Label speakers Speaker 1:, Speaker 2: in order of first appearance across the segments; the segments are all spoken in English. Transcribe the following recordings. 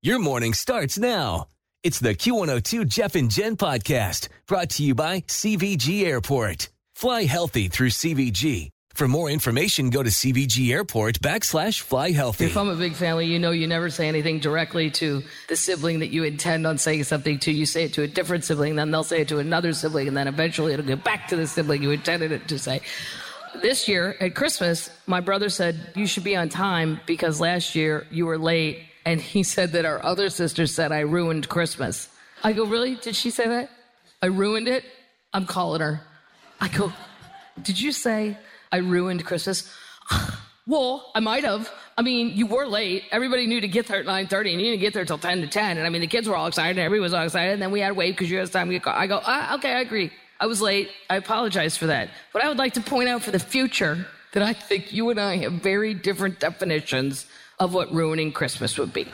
Speaker 1: Your morning starts now. It's the Q102 Jeff and Jen podcast brought to you by CVG Airport. Fly healthy through CVG. For more information, go to CVG Airport backslash fly healthy.
Speaker 2: If I'm a big family, you know you never say anything directly to the sibling that you intend on saying something to. You say it to a different sibling, then they'll say it to another sibling, and then eventually it'll go back to the sibling you intended it to say. This year at Christmas, my brother said, You should be on time because last year you were late and he said that our other sister said I ruined Christmas. I go, really? Did she say that? I ruined it? I'm calling her. I go, did you say I ruined Christmas? well, I might have. I mean, you were late. Everybody knew to get there at 9.30, and you didn't get there till 10 to 10. And I mean, the kids were all excited, and everyone was all excited, and then we had to wait because you had time to get caught. I go, ah, okay, I agree. I was late. I apologize for that. But I would like to point out for the future that I think you and I have very different definitions of what ruining Christmas would be.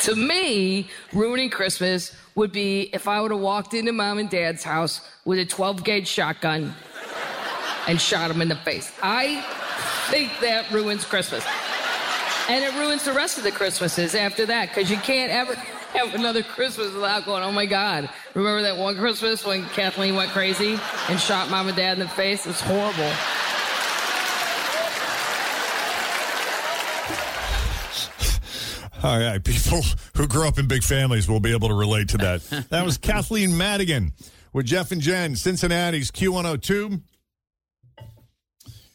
Speaker 2: to me, ruining Christmas would be if I would have walked into mom and dad's house with a 12 gauge shotgun and shot him in the face. I think that ruins Christmas. And it ruins the rest of the Christmases after that because you can't ever have another Christmas without going, oh my God, remember that one Christmas when Kathleen went crazy and shot mom and dad in the face? It's horrible.
Speaker 3: All right, people who grew up in big families will be able to relate to that. That was Kathleen Madigan with Jeff and Jen, Cincinnati's Q102.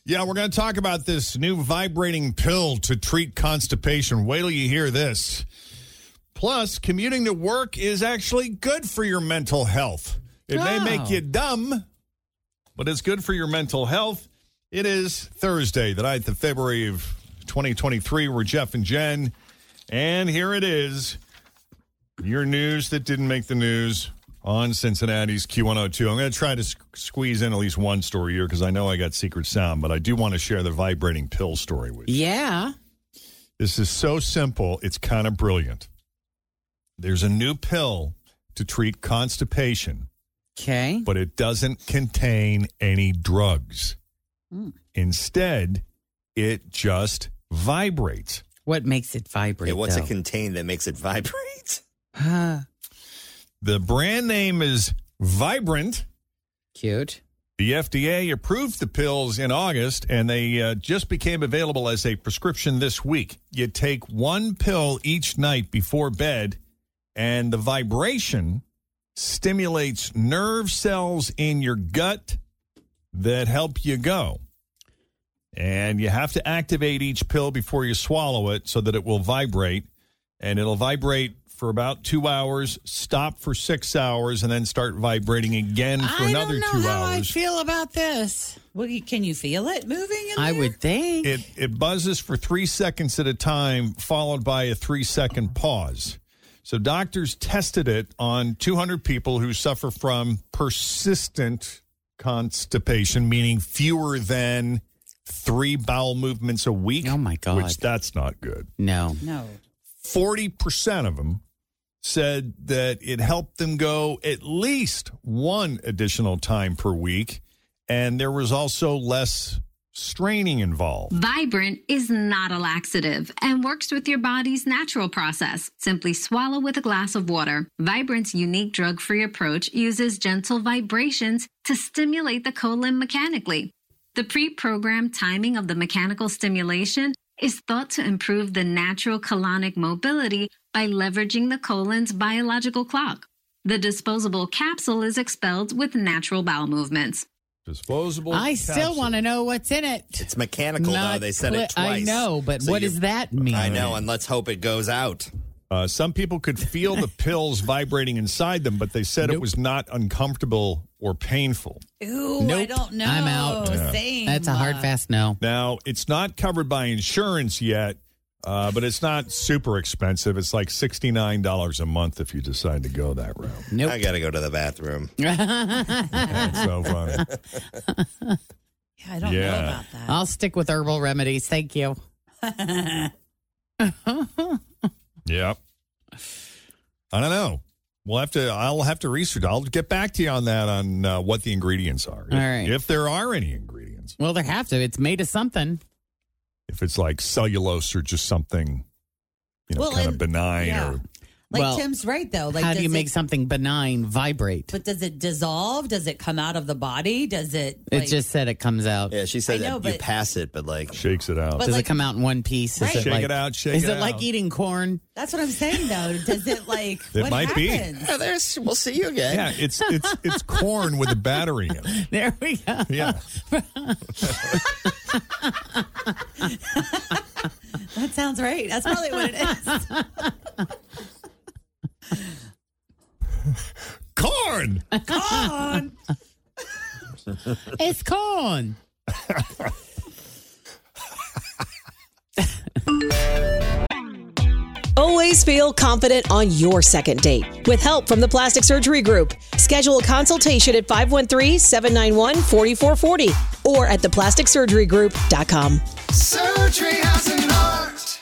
Speaker 3: Yeah, we're going to talk about this new vibrating pill to treat constipation. Wait till you hear this. Plus, commuting to work is actually good for your mental health. It may make you dumb, but it's good for your mental health. It is Thursday, the 9th of February of 2023. We're Jeff and Jen. And here it is your news that didn't make the news on Cincinnati's Q102. I'm going to try to s- squeeze in at least one story here because I know I got secret sound, but I do want to share the vibrating pill story with you.
Speaker 4: Yeah.
Speaker 3: This is so simple, it's kind of brilliant. There's a new pill to treat constipation,
Speaker 4: Okay.
Speaker 3: but it doesn't contain any drugs. Instead, it just vibrates.
Speaker 4: What makes it vibrate?
Speaker 5: Yeah, what's
Speaker 4: though?
Speaker 5: it contain that makes it vibrate?
Speaker 4: Huh.
Speaker 3: The brand name is Vibrant.
Speaker 4: Cute.
Speaker 3: The FDA approved the pills in August, and they uh, just became available as a prescription this week. You take one pill each night before bed, and the vibration stimulates nerve cells in your gut that help you go. And you have to activate each pill before you swallow it so that it will vibrate. And it'll vibrate for about two hours, stop for six hours, and then start vibrating again for
Speaker 6: I
Speaker 3: another
Speaker 6: don't know
Speaker 3: two
Speaker 6: how
Speaker 3: hours.
Speaker 6: I feel about this. Well, you, can you feel it moving? In
Speaker 4: I
Speaker 6: there?
Speaker 4: would think.
Speaker 3: It it buzzes for three seconds at a time, followed by a three second pause. So doctors tested it on 200 people who suffer from persistent constipation, meaning fewer than three bowel movements a week.
Speaker 4: Oh, my God.
Speaker 3: Which that's not good.
Speaker 4: no.
Speaker 6: No.
Speaker 3: 40% of them said that it helped them go at least one additional time per week, and there was also less straining involved.
Speaker 7: Vibrant is not a laxative and works with your body's natural process. Simply swallow with a glass of water. Vibrant's unique drug free approach uses gentle vibrations to stimulate the colon mechanically. The pre programmed timing of the mechanical stimulation
Speaker 6: is thought to improve the natural colonic mobility by leveraging the colon's biological clock. The disposable capsule is expelled with natural bowel movements.
Speaker 3: Disposable.
Speaker 4: I still
Speaker 3: capsule.
Speaker 4: want to know what's in it.
Speaker 8: It's mechanical though.
Speaker 4: Not
Speaker 8: They said it
Speaker 4: cli- I
Speaker 8: twice.
Speaker 4: know, but what does that mean?
Speaker 8: I know, and let's hope it goes out.
Speaker 3: Uh, some people could feel the pills vibrating inside them, but they said it was not uncomfortable or painful.
Speaker 9: Ooh, I
Speaker 4: Nope.
Speaker 9: don't know.
Speaker 4: I'm out.
Speaker 9: Same.
Speaker 4: That's a hard, fast no.
Speaker 3: Now, it's not covered by insurance yet, uh, but it's not super expensive. It's like $69 a month if you decide to go that route.
Speaker 8: I
Speaker 4: Nope.
Speaker 8: gotta go to the bathroom.
Speaker 3: That's so funny.
Speaker 9: Yeah, I don't know
Speaker 3: Yeah.
Speaker 9: about that.
Speaker 4: I'll stick with herbal remedies. Thank you.
Speaker 3: Yep. I don't know. We'll have to. I'll have to research. I'll get back to you on that on uh, what the ingredients are, if,
Speaker 4: All right.
Speaker 3: if there are any ingredients.
Speaker 4: Well, there have to. It's made of something.
Speaker 3: If it's like cellulose or just something, you know,
Speaker 9: Well,
Speaker 3: kind of
Speaker 9: and-
Speaker 3: benign
Speaker 9: yeah.
Speaker 3: or
Speaker 9: Like
Speaker 4: Well,
Speaker 9: Tim's right though. Like
Speaker 4: How
Speaker 9: does
Speaker 4: do you make
Speaker 9: it,
Speaker 4: something benign vibrate?
Speaker 9: But does it dissolve? Does it come out of the body? Does it?
Speaker 4: It
Speaker 9: like-
Speaker 4: just said it comes out.
Speaker 8: Yeah, she said
Speaker 9: I know,
Speaker 8: that you
Speaker 9: but-
Speaker 8: pass it, but like
Speaker 3: shakes it out.
Speaker 9: But
Speaker 4: Does
Speaker 9: like-
Speaker 4: it come out in one piece? Is
Speaker 9: Right.
Speaker 3: Shake
Speaker 4: like-
Speaker 3: it out, shake
Speaker 4: Is
Speaker 3: it
Speaker 4: it like
Speaker 3: out.
Speaker 4: eating corn?
Speaker 9: That's what I'm saying though. Does it like?
Speaker 3: It
Speaker 9: what
Speaker 3: might be.
Speaker 9: happens?
Speaker 8: yeah, there's we'll see you again.
Speaker 3: yeah, it's it's it's corn with a battery in it.
Speaker 4: There we go.
Speaker 3: Yeah,
Speaker 9: That sounds right. That's probably what it is.
Speaker 3: corn.
Speaker 9: Gone.
Speaker 4: It's corn.
Speaker 10: Always feel confident on your second date. With help from the Plastic Surgery Group, schedule a consultation at 513-791-4440 or at theplasticsurgerygroup.com.
Speaker 11: Surgery has an art.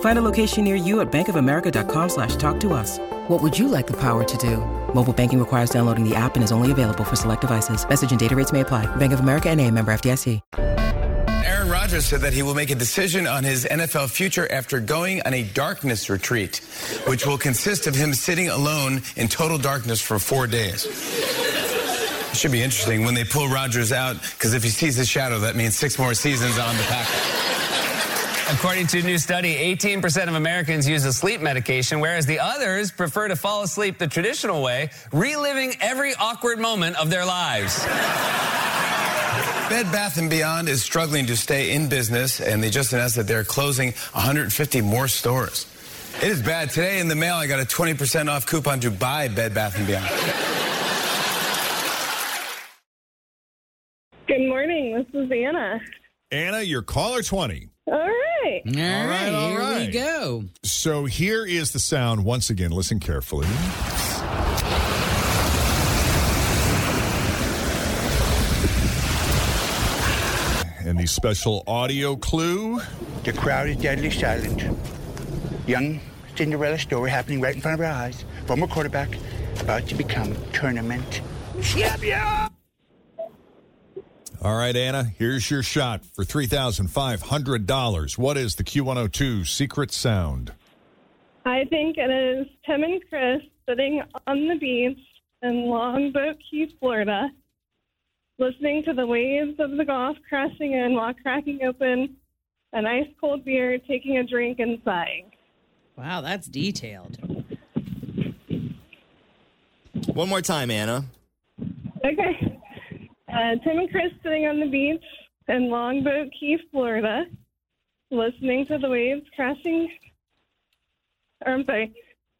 Speaker 11: Find a location near you at bankofamerica.com slash talk to us. What would you like the power to do? Mobile banking requires downloading the app and is only available for select devices. Message and data rates may apply. Bank of America and a member FDIC.
Speaker 5: Aaron Rodgers said that he will make a decision on his NFL future after going on a darkness retreat, which will consist of him sitting alone in total darkness for four days. It should be interesting when they pull Rodgers out, because if he sees his shadow, that means six more seasons on the Packers. According to a new study, 18% of Americans use a sleep medication, whereas the others prefer to fall asleep the traditional way, reliving every awkward moment of their lives. Bed Bath & Beyond is struggling to stay in business, and they just announced that they're closing 150 more stores. It is bad. Today in the mail, I got a 20% off coupon to buy Bed Bath & Beyond.
Speaker 12: Good morning. This is Anna.
Speaker 3: Anna, your caller twenty.
Speaker 12: All right.
Speaker 4: All right,
Speaker 3: right, all
Speaker 4: here
Speaker 3: right.
Speaker 4: we go.
Speaker 3: So here is the sound once again. Listen carefully. And the special audio clue.
Speaker 5: The crowd is deadly silent. Young Cinderella story happening right in front of our eyes. Former quarterback about to become tournament
Speaker 3: All right, Anna, here's your shot for $3,500. What is the Q102 secret sound?
Speaker 12: I think it is Tim and Chris sitting on the beach in Longboat Key, Florida, listening to the waves of the Gulf crashing in while cracking open an ice cold beer, taking a drink, and sighing.
Speaker 4: Wow, that's detailed.
Speaker 8: One more time, Anna.
Speaker 12: Okay. Uh, Tim and Chris sitting on the beach in Longboat Key, Florida, listening to the waves crashing. Or I'm sorry,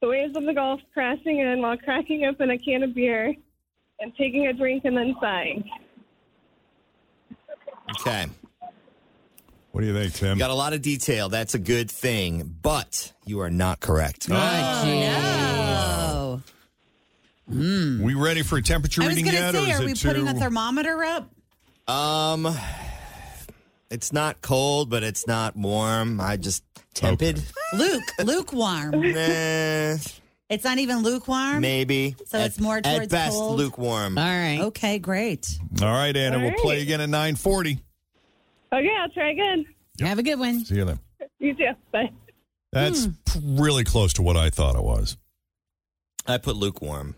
Speaker 12: the waves of the Gulf crashing in while cracking open a can of beer and taking a drink and then sighing.
Speaker 8: Okay.
Speaker 3: What do you think, Tim?
Speaker 8: You got a lot of detail. That's a good thing, but you are not correct.
Speaker 9: Oh.
Speaker 3: we ready for a temperature
Speaker 9: I was
Speaker 3: reading
Speaker 9: gonna
Speaker 3: yet?
Speaker 9: say,
Speaker 3: or is
Speaker 9: are
Speaker 3: it
Speaker 9: we putting
Speaker 3: too...
Speaker 9: a thermometer up?
Speaker 8: Um, it's not cold, but it's not warm. I just tempered.
Speaker 9: Luke, lukewarm.
Speaker 8: Nah.
Speaker 6: It's not even lukewarm.
Speaker 5: Maybe.
Speaker 6: So it's more towards
Speaker 5: At best,
Speaker 6: cold?
Speaker 5: lukewarm.
Speaker 6: All right. Okay, great.
Speaker 3: All right, Anna,
Speaker 6: All
Speaker 3: we'll
Speaker 6: right.
Speaker 3: play again at 940.
Speaker 13: Okay, I'll try again.
Speaker 6: Have a good one.
Speaker 3: See you then.
Speaker 13: You too. Bye.
Speaker 3: That's p-
Speaker 9: Hmm.
Speaker 3: really close to what I thought it was.
Speaker 5: I put lukewarm.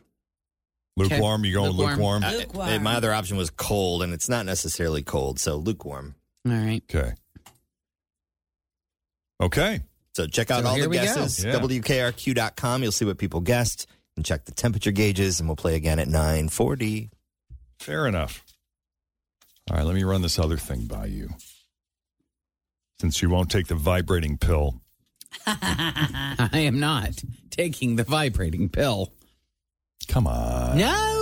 Speaker 3: Lukewarm? You going lukewarm?
Speaker 5: I- I- my other option was cold, and it's not necessarily cold, so lukewarm.
Speaker 4: All right.
Speaker 3: Okay. Okay.
Speaker 5: So check out
Speaker 4: So
Speaker 5: all
Speaker 4: here
Speaker 5: the
Speaker 4: we go.
Speaker 5: guesses.
Speaker 4: Yeah.
Speaker 5: WKRQ.com. You'll see what people guessed and check the temperature gauges, and we'll play again at 940.
Speaker 3: Fair enough. All right, let me run this other thing by you. Since you won't take the vibrating pill,
Speaker 4: I am not taking the vibrating pill.
Speaker 3: Come on.
Speaker 4: No.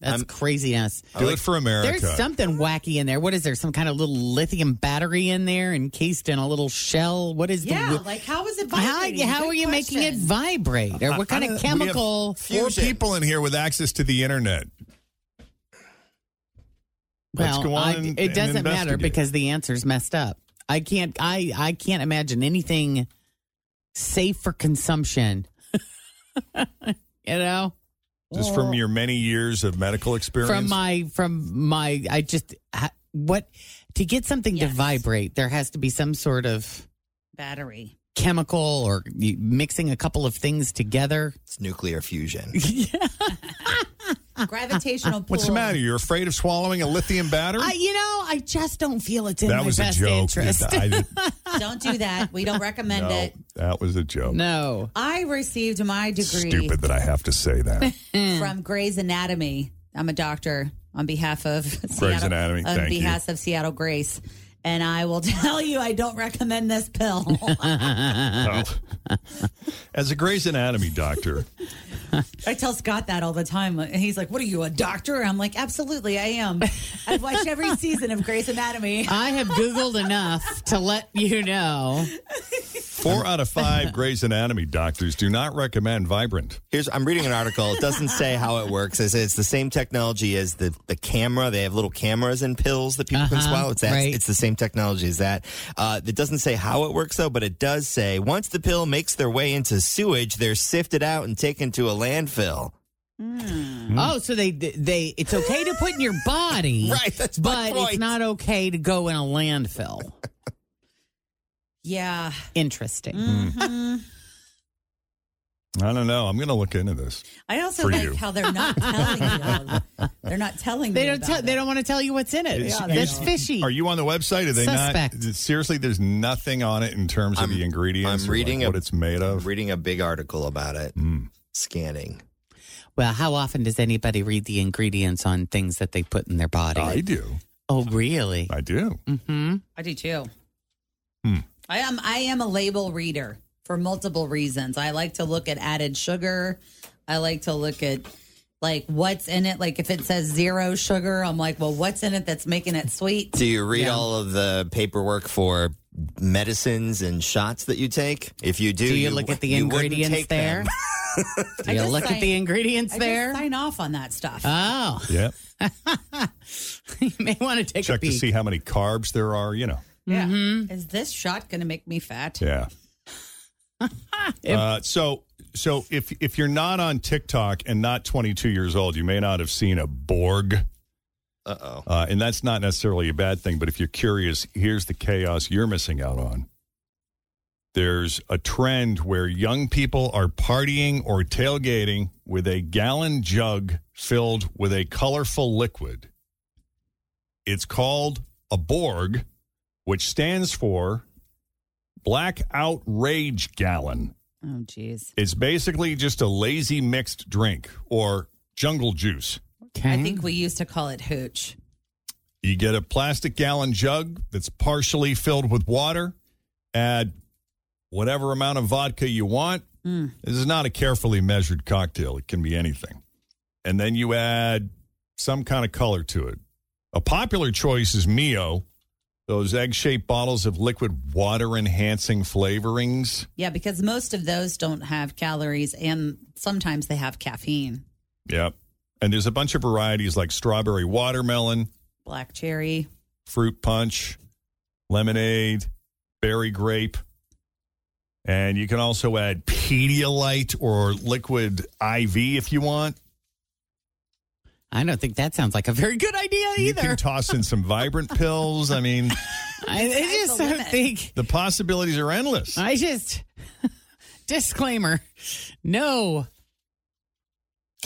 Speaker 4: That's crazy ass.
Speaker 3: Do it for America.
Speaker 4: There's something wacky in there. What is there? Some kind of little lithium battery in there encased in a little shell? What is
Speaker 6: Yeah,
Speaker 4: the
Speaker 6: like how is it
Speaker 4: how,
Speaker 6: vibrating?
Speaker 4: how
Speaker 6: Good
Speaker 4: are you making it
Speaker 6: question.
Speaker 4: vibrate? Or what kind
Speaker 3: I- I-
Speaker 4: of
Speaker 3: Uh, we have
Speaker 4: chemical?
Speaker 3: Four people in here with access to the internet. Let's
Speaker 4: Well,
Speaker 3: go on
Speaker 4: I-
Speaker 3: and-
Speaker 4: it
Speaker 3: and
Speaker 4: doesn't matter
Speaker 3: investigate.
Speaker 4: because the answer's messed up. I can't. I I can't imagine anything safe for consumption. you know,
Speaker 3: Just from your many years of medical experience.
Speaker 4: Oh. from my from my. I just ha- what to get something to vibrate. There has to be some sort of
Speaker 6: Battery.
Speaker 4: chemical or you- mixing a couple of things together.
Speaker 5: It's nuclear fusion.
Speaker 3: Ah.
Speaker 6: Gravitational pull.
Speaker 3: What's the matter? You're afraid of swallowing a lithium battery?
Speaker 4: I, you know, I just don't feel it's in
Speaker 3: that
Speaker 4: my
Speaker 3: was a
Speaker 4: best
Speaker 3: joke.
Speaker 4: interest.
Speaker 3: I did-
Speaker 6: Don't do that. We don't recommend
Speaker 3: no,
Speaker 6: it.
Speaker 3: that was a joke.
Speaker 4: No.
Speaker 6: I received my degree Hmm.
Speaker 3: Stupid that I have to say that.
Speaker 6: from Grey's Anatomy. I'm a doctor on behalf of Seattle,
Speaker 3: Anatomy,
Speaker 6: on
Speaker 3: thank you.
Speaker 6: behalf of Seattle Grace, and I will tell you, I don't recommend this pill.
Speaker 3: Oh. As a Grey's Anatomy doctor,
Speaker 6: I tell Scott that all the time. He's like, "What are you, a doctor?" I'm like, "Absolutely, I am." I've watched every season of Grey's Anatomy.
Speaker 4: I have Googled enough to let you know.
Speaker 3: four out of five Grey's Anatomy doctors do not recommend Vibrant.
Speaker 5: Here's I'm reading an article. It doesn't say how it works. It says it's the same technology as the, the camera. They have little cameras and pills that people can
Speaker 4: Uh-huh,
Speaker 5: swallow. It's that
Speaker 4: right.
Speaker 5: it's the same technology as that. Uh, it doesn't say how it works though, but it does say once the pill makes their way into sewage, they're sifted out and taken to a landfill.
Speaker 3: Mm-hmm.
Speaker 4: Oh, so they they it's okay to put in your body,
Speaker 5: right? That's
Speaker 6: my
Speaker 4: but it's
Speaker 6: point.
Speaker 4: not okay to go in a landfill.
Speaker 6: Yeah.
Speaker 4: Interesting.
Speaker 6: Mhm.
Speaker 3: I don't know. I'm going to look into this.
Speaker 6: I also
Speaker 3: For
Speaker 6: like
Speaker 3: you.
Speaker 6: how they're not telling you. They're not telling.
Speaker 4: They
Speaker 6: me
Speaker 4: don't
Speaker 6: about
Speaker 4: tell,
Speaker 6: it.
Speaker 4: they don't want to tell you what's in it.
Speaker 3: It's-
Speaker 4: yeah, that's
Speaker 3: it's-
Speaker 4: fishy.
Speaker 3: Are you on the website? Are they not?
Speaker 4: Suspect.
Speaker 3: Seriously, there's nothing on it in terms of the ingredients.
Speaker 5: I'm
Speaker 3: or, like,
Speaker 5: reading a-
Speaker 3: what it's made of. Hmm.
Speaker 5: Reading a big article about it. Scanning.
Speaker 4: Well, how often does anybody read the ingredients on things that they put in their body?
Speaker 3: I do.
Speaker 4: Oh, really?
Speaker 3: I do.
Speaker 6: Mm.
Speaker 4: Mm-hmm.
Speaker 6: I do too.
Speaker 3: Hmm.
Speaker 6: I am. I am a label reader for multiple reasons. I like to look at added sugar. I like to look at like what's in it. Like if it says zero sugar, I'm like, well, what's in it that's making it sweet?
Speaker 5: Do you read all of the paperwork for medicines and shots that you take? If you do,
Speaker 4: Do you look at the
Speaker 5: you wouldn't
Speaker 4: ingredients
Speaker 5: take them.
Speaker 4: there? Do you look at the ingredients
Speaker 6: I just
Speaker 4: there?
Speaker 6: sign off on that stuff.
Speaker 4: Oh,
Speaker 3: Yeah.
Speaker 4: you may want to take a
Speaker 3: Check to
Speaker 4: peek.
Speaker 3: see how many carbs there are. You know.
Speaker 6: yeah. Is this shot going to make me fat?
Speaker 3: Yeah. uh, so so if if you're not on TikTok and not 22 years old, you may not have seen a Borg.
Speaker 5: Uh-oh.
Speaker 3: Uh, and that's not necessarily a bad thing, but if you're curious, here's the chaos you're missing out on. There's a trend where young people are partying or tailgating with a gallon jug filled with a colorful liquid. It's called a Borg, which stands for Blackout Rage Gallon.
Speaker 6: Oh, jeez.
Speaker 3: It's basically just a lazy mixed drink or jungle juice.
Speaker 6: I think we used to call it hooch.
Speaker 3: You get a plastic gallon jug that's partially filled with water, add whatever amount of vodka you want. This is not a carefully measured cocktail, it can be anything. And then you add some kind of color to it. A popular choice is Mio, those egg shaped bottles of liquid water enhancing flavorings.
Speaker 6: Yeah, because most of those don't have calories, and sometimes they have caffeine.
Speaker 3: Yep. And there's a bunch of varieties like strawberry watermelon,
Speaker 6: Black cherry.
Speaker 3: fruit punch, lemonade, berry grape. And you can also add Pedialyte or liquid IV if you want.
Speaker 4: I don't think that sounds like a very good idea either.
Speaker 3: You can toss in some vibrant pills. I mean,
Speaker 4: I, I just don't think.
Speaker 3: the possibilities are endless.
Speaker 4: I just disclaimer. No,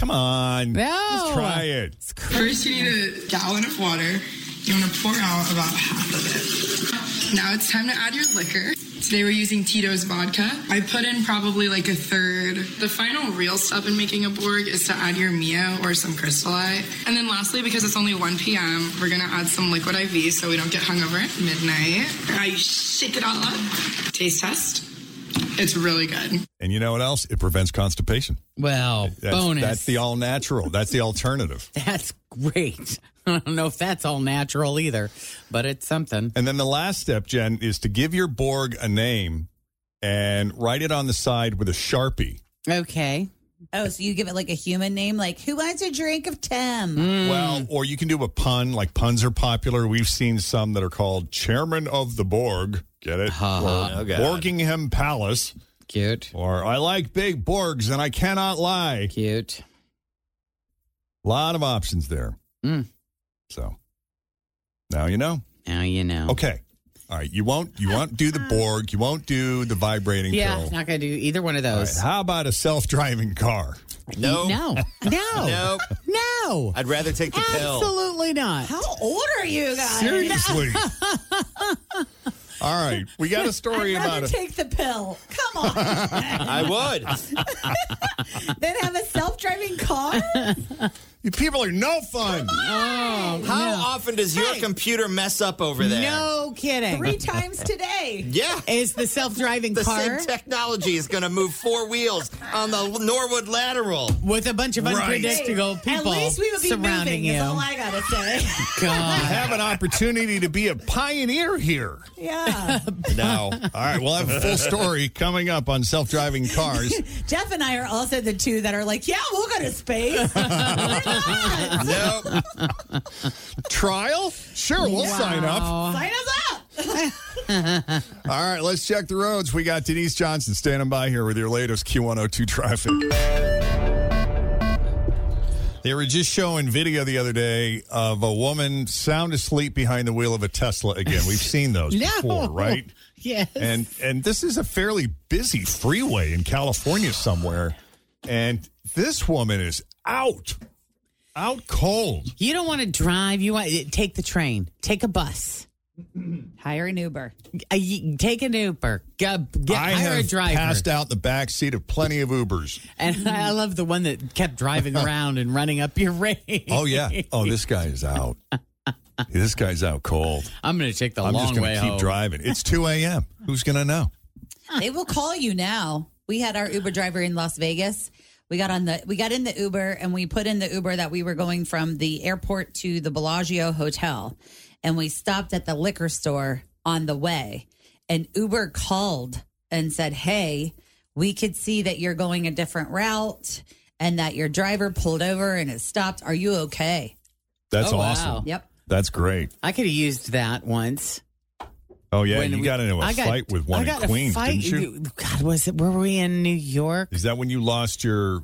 Speaker 3: Come on.
Speaker 4: No.
Speaker 3: Just try it.
Speaker 14: First, you need a gallon of water. You want to pour out about half of it. Now it's time to add your liquor. Today we're using Tito's vodka. I put in probably like a third. The final real step in making a Borg is to add your Mio or some Crystallite. And then lastly, because it's only 1 p.m., we're gonna add some liquid IV so we don't get hungover at midnight. Now you shake it all up. Taste test. It's really good.
Speaker 3: And you know what else? It prevents constipation.
Speaker 4: Well,
Speaker 3: That's,
Speaker 4: bonus.
Speaker 3: That's the all natural. That's the alternative.
Speaker 4: that's great. I don't know if that's all natural either, but it's something.
Speaker 3: And then the last step, Jen, is to give your Borg a name and write it on the side with a Sharpie.
Speaker 4: Okay.
Speaker 6: Oh, so you give it like a human name, like who wants a drink of Tim?
Speaker 4: Mm.
Speaker 3: Well, or you can do a pun. Like puns are popular. We've seen some that are called Chairman of the Borg. Get it?
Speaker 5: ha.
Speaker 3: Or
Speaker 5: Oh, God.
Speaker 3: Borgingham Palace.
Speaker 4: Cute.
Speaker 3: Or I like big Borgs and I cannot lie.
Speaker 4: Cute.
Speaker 3: Lot of options there.
Speaker 4: Mm.
Speaker 3: So now you know.
Speaker 4: Now you know.
Speaker 3: Okay. All right. You won't. You won't do the Borg. You won't do the vibrating
Speaker 4: Yeah,
Speaker 3: pill.
Speaker 4: not gonna do either one of
Speaker 3: All right,
Speaker 4: those.
Speaker 3: How about a self-driving car?
Speaker 5: No.
Speaker 4: No. No.
Speaker 5: Nope.
Speaker 4: No.
Speaker 5: I'd rather take the pill.
Speaker 4: Absolutely not. How
Speaker 6: old are you guys?
Speaker 3: Seriously. All right. We got a story
Speaker 6: I'd
Speaker 3: about
Speaker 6: rather
Speaker 3: it.
Speaker 6: take the pill. Come on.
Speaker 5: I would.
Speaker 6: then have a self-driving car.
Speaker 3: You people are no fun.
Speaker 4: Oh,
Speaker 5: How
Speaker 4: no.
Speaker 5: often does your computer mess up over there?
Speaker 4: No kidding.
Speaker 6: Three times today.
Speaker 5: Yeah.
Speaker 4: Is the self-driving
Speaker 5: The
Speaker 4: car
Speaker 5: same technology is going to move four wheels on the Norwood lateral.
Speaker 4: with a bunch of
Speaker 3: Right.
Speaker 4: unpredictable people
Speaker 6: At least we would be
Speaker 4: surrounding
Speaker 6: moving.
Speaker 4: you?
Speaker 6: Is all I gotta say.
Speaker 3: We
Speaker 4: God.
Speaker 3: have an opportunity to be a pioneer here.
Speaker 6: yeah.
Speaker 3: No. All right. We'll have a full story coming up on self-driving cars.
Speaker 6: Jeff and I are also the two that are like, yeah, we'll go to space. Why not?
Speaker 5: Nope.
Speaker 3: Trial? Sure. We'll sign up.
Speaker 4: Oh.
Speaker 3: All
Speaker 6: Sign us up.
Speaker 3: right. Let's check the roads. We got Denise Johnson standing by here with your latest Q102 traffic. They were just showing video the other day of a woman sound asleep behind the wheel of a Tesla again. We've seen those
Speaker 4: No.
Speaker 3: before, right?
Speaker 4: Yes.
Speaker 3: and and this is a fairly busy freeway in California somewhere, and this woman is out, out cold.
Speaker 4: you don't want to drive. You want take the train. Take a bus.
Speaker 6: Hire an Uber.
Speaker 4: Uh, you- take an Uber. Go, get,
Speaker 3: I
Speaker 4: hire
Speaker 3: have
Speaker 4: a driver.
Speaker 3: passed out the back seat of plenty of Ubers.
Speaker 4: And I love the one that kept driving around and running up your rate.
Speaker 3: Oh yeah. Oh, this guy is out. this guy's out cold.
Speaker 4: I'm going to take the
Speaker 3: I'm
Speaker 4: long
Speaker 3: just going
Speaker 4: way
Speaker 3: to keep
Speaker 4: home.
Speaker 3: driving. It's two a.m. Who's going to know?
Speaker 6: They will call you now. We had our Uber driver in Las Vegas. We got on the we got in the Uber and we put in the Uber that we were going from the airport to the Bellagio hotel and we stopped at the liquor store on the way and Uber called and said, "Hey, we could see that you're going a different route and that your driver pulled over and it stopped. Are you okay?"
Speaker 3: That's
Speaker 4: Oh, wow.
Speaker 3: awesome.
Speaker 6: Yep.
Speaker 3: That's great.
Speaker 4: I could have used that once.
Speaker 3: Oh yeah,
Speaker 4: When
Speaker 3: you
Speaker 4: we-
Speaker 3: got into a
Speaker 4: I
Speaker 3: fight with one
Speaker 4: I
Speaker 3: in
Speaker 4: got
Speaker 3: Queens,
Speaker 4: a fight.
Speaker 3: didn't you?
Speaker 4: God, was it? Were we in New York?
Speaker 3: Is that when you lost your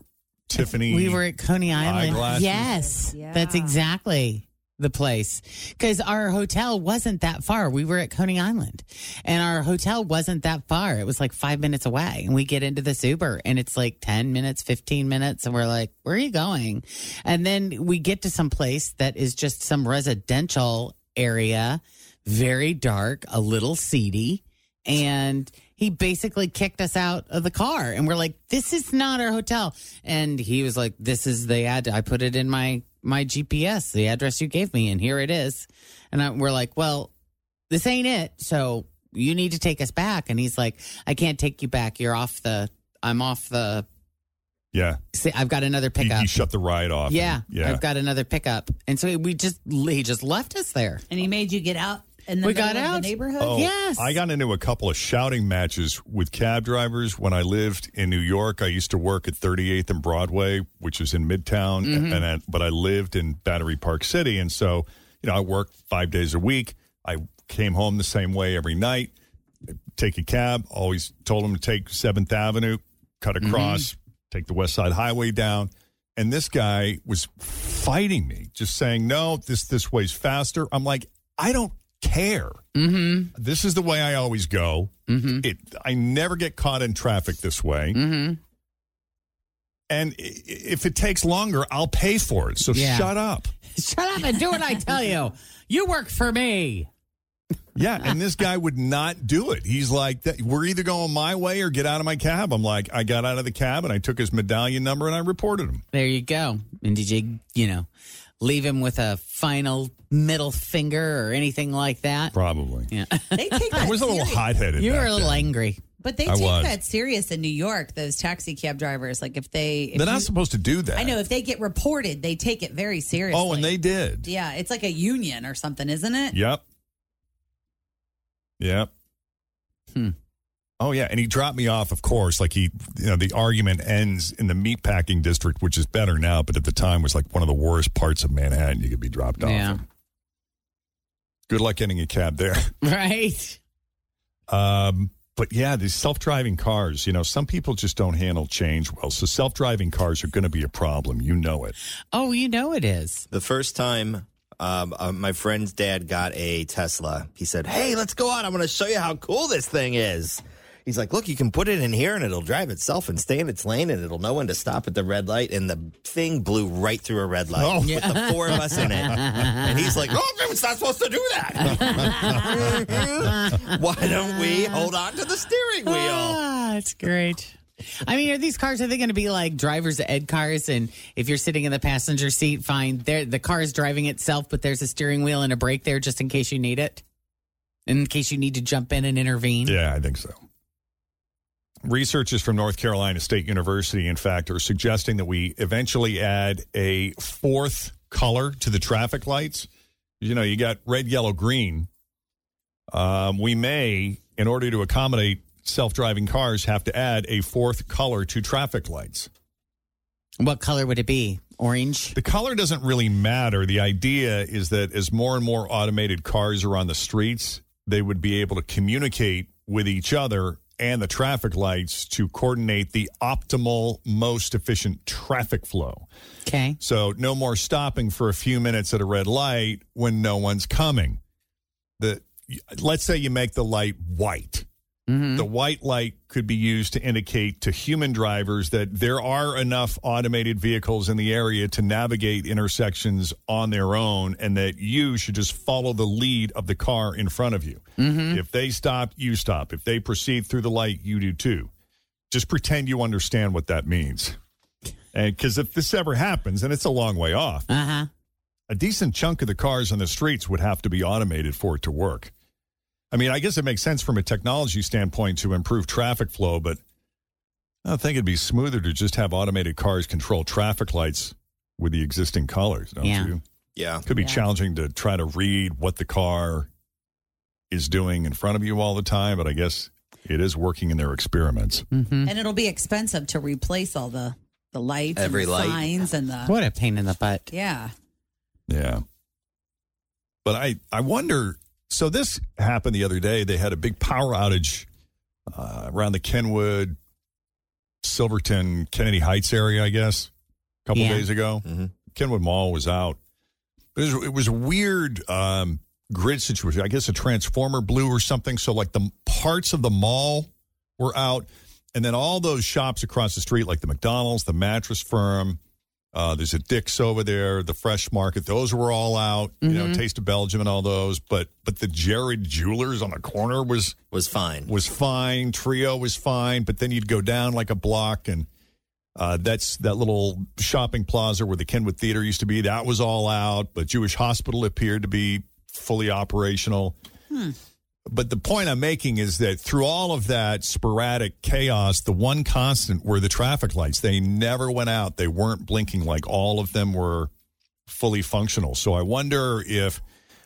Speaker 3: Tiffany?
Speaker 4: We were at Coney Island.
Speaker 3: Eyeglasses?
Speaker 4: Yes,
Speaker 6: Yeah.
Speaker 4: that's exactly the place because our hotel wasn't that far. We were at Coney Island, and our hotel wasn't that far. It was like five minutes away, and we get into this Uber, and it's like ten minutes, fifteen minutes, and we're like, "Where are you going?" And then we get to some place that is just some residential area, very dark, a little seedy, and he basically kicked us out of the car and we're like this is not our hotel and he was like this is the ad i put it in my my gps the address you gave me and here it is and I, we're like well this ain't it so you need to take us back and he's like i can't take you back you're off the i'm off the
Speaker 3: Yeah,
Speaker 4: see, i've got another
Speaker 3: he,
Speaker 4: pickup
Speaker 3: he shut the ride off.
Speaker 4: yeah
Speaker 3: yeah.
Speaker 4: i've got another pickup and so we just he just left us there
Speaker 6: And he made you get out in the
Speaker 4: We
Speaker 6: middle
Speaker 4: got
Speaker 6: of
Speaker 4: out?
Speaker 6: the neighborhood.
Speaker 3: Oh,
Speaker 4: Yes.
Speaker 3: I got into a couple of shouting matches with cab drivers when I lived in New York. I used to work at 38th and Broadway, which is in Midtown, and I, but I lived in Battery Park City, and so you know I worked five days a week. I came home the same way every night. take a cab. Always told him to take Seventh Avenue, cut across, take the West Side Highway down. And this guy was fighting me, just saying, "No, this this way's faster." I'm like, I don't care. Mm-hmm. This is the way I always go.
Speaker 4: Mm-hmm.
Speaker 3: It, I never get caught in traffic this way. Mm-hmm. And i- i- if it takes longer, I'll pay for it. So
Speaker 4: Yeah.
Speaker 3: shut up.
Speaker 4: Shut up and do what I tell you. You work for me.
Speaker 3: Yeah, and this guy would not do it. He's like, "That- "We're either going my way or get out of my cab." I'm like, "I got out of the cab and I took his medallion number and I reported him."
Speaker 4: There you go. And did you, you know, leave him with a final middle finger or anything like that?
Speaker 3: Probably.
Speaker 4: Yeah.
Speaker 6: They take
Speaker 3: I
Speaker 6: that
Speaker 3: was a little
Speaker 6: serious.
Speaker 3: hot headed.
Speaker 4: You were a little angry.
Speaker 6: But they
Speaker 3: I
Speaker 6: take
Speaker 3: was.
Speaker 6: that serious in New York. Those taxi cab drivers, like if they, if
Speaker 3: They're
Speaker 6: you-
Speaker 3: not supposed to do that.
Speaker 6: I know if they get reported, they take it very seriously.
Speaker 3: Oh, and they did.
Speaker 6: yeah, it's like a union or something, isn't it?
Speaker 3: Yep. Yep.
Speaker 4: Hmm.
Speaker 3: Oh yeah, and he dropped me off. Of course, like he, you know, the argument ends in the meatpacking district, which is better now, but at the time was like one of the worst parts of Manhattan. You could be dropped off.
Speaker 4: Yeah.
Speaker 3: Good luck getting a cab there.
Speaker 4: Right.
Speaker 3: Um, but yeah, these self-driving cars. You know, some people just don't handle change well. So self-driving cars are going to be a problem. You know it.
Speaker 4: Oh, you know it is.
Speaker 5: The first time um, uh, my friend's dad got a Tesla, he said, Hey, let's go out. I'm going to show you how cool this thing is. He's like, Look, you can put it in here and it'll drive itself and stay in its lane and it'll know when to stop at the red light. And the thing blew right through a red light
Speaker 3: Oh.
Speaker 5: with the four of us in it. And he's like, Oh, it's not supposed to do that. Why don't we hold on to the steering wheel?
Speaker 4: Ah, that's great. I mean, are these cars are they going to be like driver's ed cars? And if you're sitting in the passenger seat, fine. There, the car is driving itself, but there's a steering wheel and a brake there just in case you need it, in case you need to jump in and intervene.
Speaker 3: Yeah, I think so. Researchers from North Carolina State University, in fact, are suggesting that we eventually add a fourth color to the traffic lights. You know, you got red, yellow, green. Um, we may, in order to accommodate self driving cars, have to add a fourth color to traffic lights.
Speaker 4: What color would it be? Orange.
Speaker 3: The color doesn't really matter. The idea is that as more and more automated cars are on the streets, they would be able to communicate with each other and the traffic lights to coordinate the optimal, most efficient traffic flow.
Speaker 4: Okay.
Speaker 3: So, no more stopping for a few minutes at a red light when no one's coming. The let's say you make the light white. The white light could be used to indicate to human drivers that there are enough automated vehicles in the area to navigate intersections on their own and that you should just follow the lead of the car in front of you. If they stop, you stop. If they proceed through the light, you do too. Just pretend you understand what that means. And because if this ever happens, and it's a long way off,
Speaker 4: Uh huh.
Speaker 3: a decent chunk of the cars on the streets would have to be automated for it to work. I mean, I guess it makes sense from a technology standpoint to improve traffic flow, but I think it'd be smoother to just have automated cars control traffic lights with the existing colors, don't
Speaker 4: Yeah.
Speaker 3: you?
Speaker 5: Yeah.
Speaker 3: Could be
Speaker 6: Yeah.
Speaker 3: challenging to try to read what the car is doing in front of you all the time, but I guess it is working in their experiments.
Speaker 6: And it'll be expensive to replace all the the lights,
Speaker 5: Every
Speaker 6: and the
Speaker 5: light.
Speaker 6: signs, and the
Speaker 4: What a pain in the butt.
Speaker 6: yeah.
Speaker 3: Yeah. But I, I wonder. So this happened the other day. They had a big power outage uh, around the Kenwood, Silverton, Kennedy Heights area, I guess, a couple
Speaker 4: Yeah.
Speaker 3: days ago.
Speaker 5: Mhm.
Speaker 3: Kenwood Mall was out. It was, it was a weird um, grid situation. I guess a transformer blew or something. So, like, the parts of the mall were out. And then all those shops across the street, like the McDonald's, the mattress firm, uh, there's a Dick's over there, the Fresh Market. Those were all out, you know, Taste of Belgium and all those. But but the Jared Jewelers on the corner was
Speaker 5: Was fine.
Speaker 3: was fine. Trio was fine, but then you'd go down like a block, and uh, that's that little shopping plaza where the Kenwood Theater used to be. That was all out, but Jewish Hospital appeared to be fully operational. But the point I'm making is that through all of that sporadic chaos, the one constant were the traffic lights. They never went out. They weren't blinking like all of them were fully functional. So I wonder if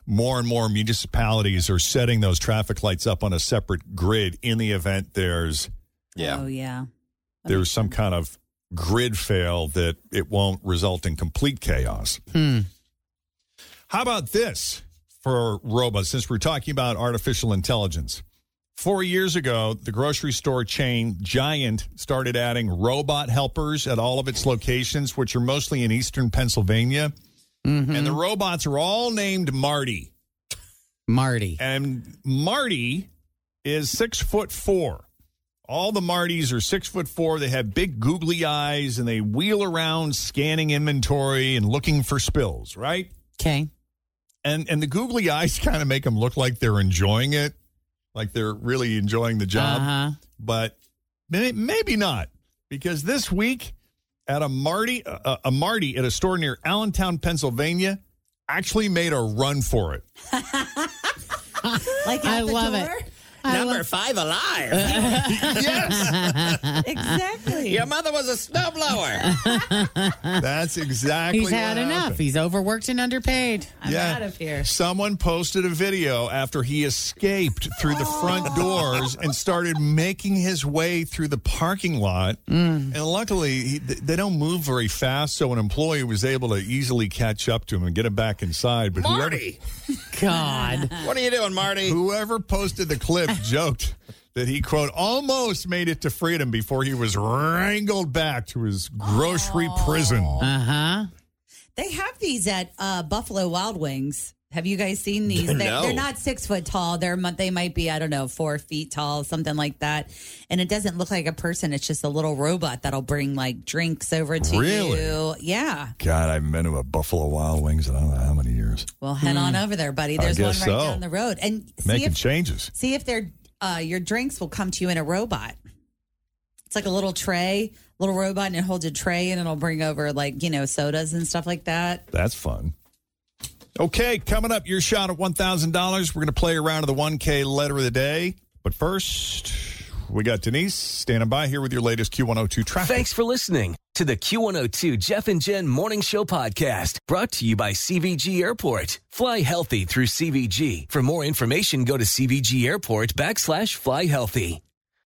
Speaker 3: more and more municipalities are setting those traffic lights up on a separate grid in the event there's
Speaker 5: Yeah.
Speaker 6: Oh yeah.
Speaker 3: there's some kind of grid fail that it won't result in complete chaos.
Speaker 4: Hmm.
Speaker 3: How about this for robots since we're talking about artificial intelligence? Four years ago, the grocery store chain Giant started adding robot helpers at all of its locations, which are mostly in eastern Pennsylvania. And the robots are all named Marty.
Speaker 15: Marty.
Speaker 3: And Marty is six foot four. All the Martys are six foot four. They have big googly eyes and they wheel around scanning inventory and looking for spills, right?
Speaker 15: Okay.
Speaker 3: And and the googly eyes kind of make them look like they're enjoying it, like they're really enjoying the job.
Speaker 15: Uh-huh.
Speaker 3: But may- maybe not, because this week at a Marty a, a Marty at a store near Allentown, Pennsylvania, actually made a run for it.
Speaker 4: Like
Speaker 15: I love it. I
Speaker 5: Number
Speaker 15: love-
Speaker 5: five alive.
Speaker 15: yes.
Speaker 4: exactly.
Speaker 5: Your mother was a snowblower.
Speaker 3: That's exactly.
Speaker 15: He's
Speaker 3: what
Speaker 15: had enough.
Speaker 3: happened.
Speaker 15: He's overworked and underpaid.
Speaker 4: I'm out of here.
Speaker 3: Someone posted a video after he escaped through the front doors and started making his way through the parking lot.
Speaker 5: Mm.
Speaker 3: And luckily, he, th- they don't move very fast, so an employee was able to easily catch up to him and get him back inside. But whoever-
Speaker 5: Marty,
Speaker 15: God.
Speaker 5: what are you doing, Marty?
Speaker 3: whoever posted the clip joked that he quote almost made it to freedom before he was wrangled back to his grocery prison.
Speaker 15: Uh huh.
Speaker 4: They have these at uh, Buffalo Wild Wings. Have you guys seen these? They-
Speaker 5: No.
Speaker 4: They're not six foot tall. They're mu- they might be I don't know four feet tall, something like that. And it doesn't look like a person. It's just a little robot that'll bring like drinks over to
Speaker 3: Really?
Speaker 4: you. Yeah.
Speaker 3: God, I've been to a Buffalo Wild Wings in I don't know how many years.
Speaker 4: Well, head on over there, buddy.
Speaker 3: Hmm. I
Speaker 4: There's one right
Speaker 3: guess so.
Speaker 4: down the road, and see
Speaker 3: Making
Speaker 4: if
Speaker 3: changes.
Speaker 4: see if their uh, your drinks will come to you in a robot. It's like a little tray, little robot, and it holds a tray, and it'll bring over like you know sodas and stuff like that.
Speaker 3: That's fun. Okay, coming up, your shot at $1,000. We're going to play around to the 1K letter of the day. But first, we got Denise standing by here with your latest Q102 traffic.
Speaker 1: Thanks for listening to the Q102 Jeff and Jen Morning Show podcast brought to you by CVG Airport. Fly healthy through CVG. For more information, go to CVG Airport backslash fly healthy.